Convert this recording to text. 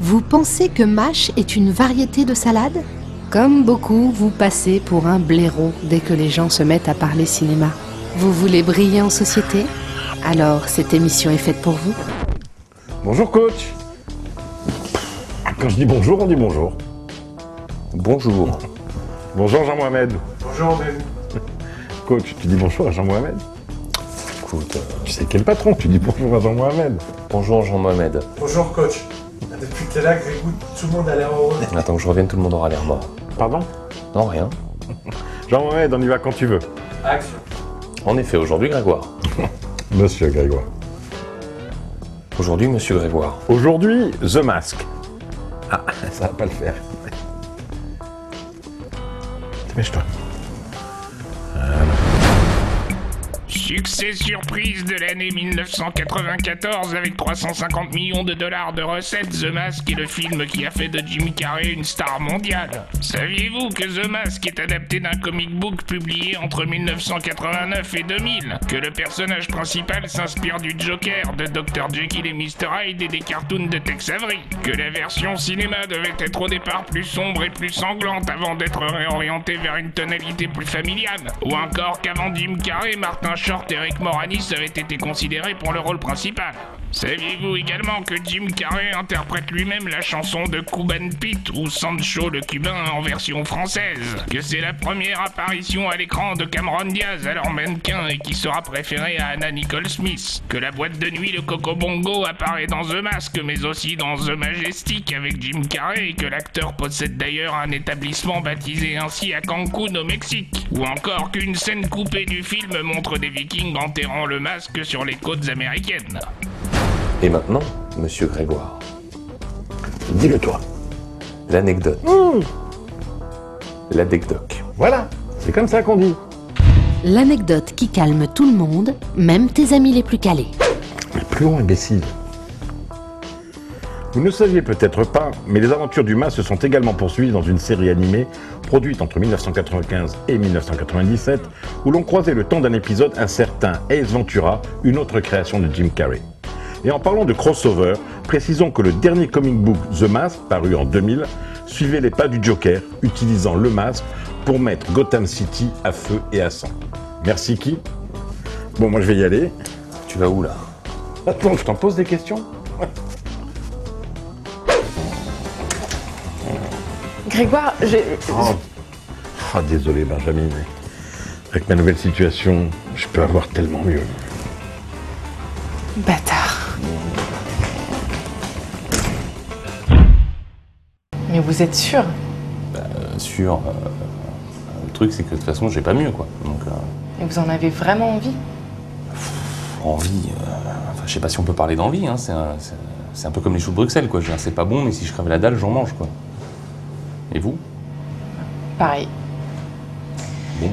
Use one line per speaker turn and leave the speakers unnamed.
Vous pensez que mâche est une variété de salade Comme beaucoup, vous passez pour un blaireau dès que les gens se mettent à parler cinéma. Vous voulez briller en société Alors cette émission est faite pour vous.
Bonjour coach Quand je dis bonjour, on dit bonjour.
Bonjour.
Bonjour Jean-Mohamed.
Bonjour Ben.
Coach, tu dis bonjour à Jean-Mohamed
Écoute, euh,
Tu sais quel patron, tu dis bonjour à Jean-Mohamed.
bonjour Jean-Mohamed.
Bonjour coach. Depuis que t'es là, Grégou, tout le monde a l'air heureux.
Attends que je revienne, tout le monde aura l'air mort.
Pardon
Non, rien.
Jean-Mohamed, on y va quand tu veux.
Action.
En effet, aujourd'hui, Grégoire.
Monsieur Grégoire.
Aujourd'hui, monsieur Grégoire.
Aujourd'hui, The Mask. Ah, ça va pas le faire. Dépêche-toi.
Succès surprise de l'année 1994 avec 350 millions de dollars de recettes, The Mask est le film qui a fait de Jimmy Carrey une star mondiale. Saviez-vous que The Mask est adapté d'un comic book publié entre 1989 et 2000 Que le personnage principal s'inspire du Joker, de Dr. Jekyll et Mr. Hyde et des cartoons de Tex Avery Que la version cinéma devait être au départ plus sombre et plus sanglante avant d'être réorientée vers une tonalité plus familiale Ou encore qu'avant Jim Carrey, Martin Short et Rick Moranis avaient été considérés pour le rôle principal. Saviez-vous également que Jim Carrey interprète lui-même la chanson de Cuban Pete ou Sancho le Cubain en version française Que c'est la première apparition à l'écran de Cameron Diaz, alors mannequin et qui sera préféré à Anna Nicole Smith Que la boîte de nuit, le Coco Bongo, apparaît dans The Mask mais aussi dans The Majestic avec Jim Carrey et que l'acteur possède d'ailleurs un établissement baptisé ainsi à Cancun au Mexique Ou encore qu'une scène coupée du film montre des vikings enterrant le masque sur les côtes américaines
Et maintenant, monsieur Grégoire.
Dis-le toi.
L'anecdote. L'anecdote.
Voilà, c'est comme ça qu'on dit.
L'anecdote qui calme tout le monde, même tes amis les plus calés.
Mais plus haut, imbécile. Vous ne saviez peut-être pas, mais les aventures du mas se sont également poursuivies dans une série animée produite entre 1995 et 1997, où l'on croisait le temps d'un épisode un certain Ace Ventura, une autre création de Jim Carrey. Et en parlant de crossover, précisons que le dernier comic book The Mask, paru en 2000, suivait les pas du Joker, utilisant le masque pour mettre Gotham City à feu et à sang. Merci qui Bon, moi je vais y aller.
Tu vas où là
Attends, je t'en pose des questions
Grégoire, j'ai-
Oh. Ah, désolé Benjamin, mais avec ma nouvelle situation, je peux avoir tellement mieux.
Bâtard. Mais vous êtes sûr
Euh, Sur. euh, le truc, c'est que de toute façon, j'ai pas mieux quoi. Donc, euh,
Et vous en avez vraiment envie
envie. euh, enfin, je sais pas si on peut parler d'envie, hein. C'est un, c'est- c'est un peu comme les choux de Bruxelles quoi. Je veux dire, C'est pas bon, mais si je crève la dalle, j'en mange quoi. Et vous
Pareil.
Bon.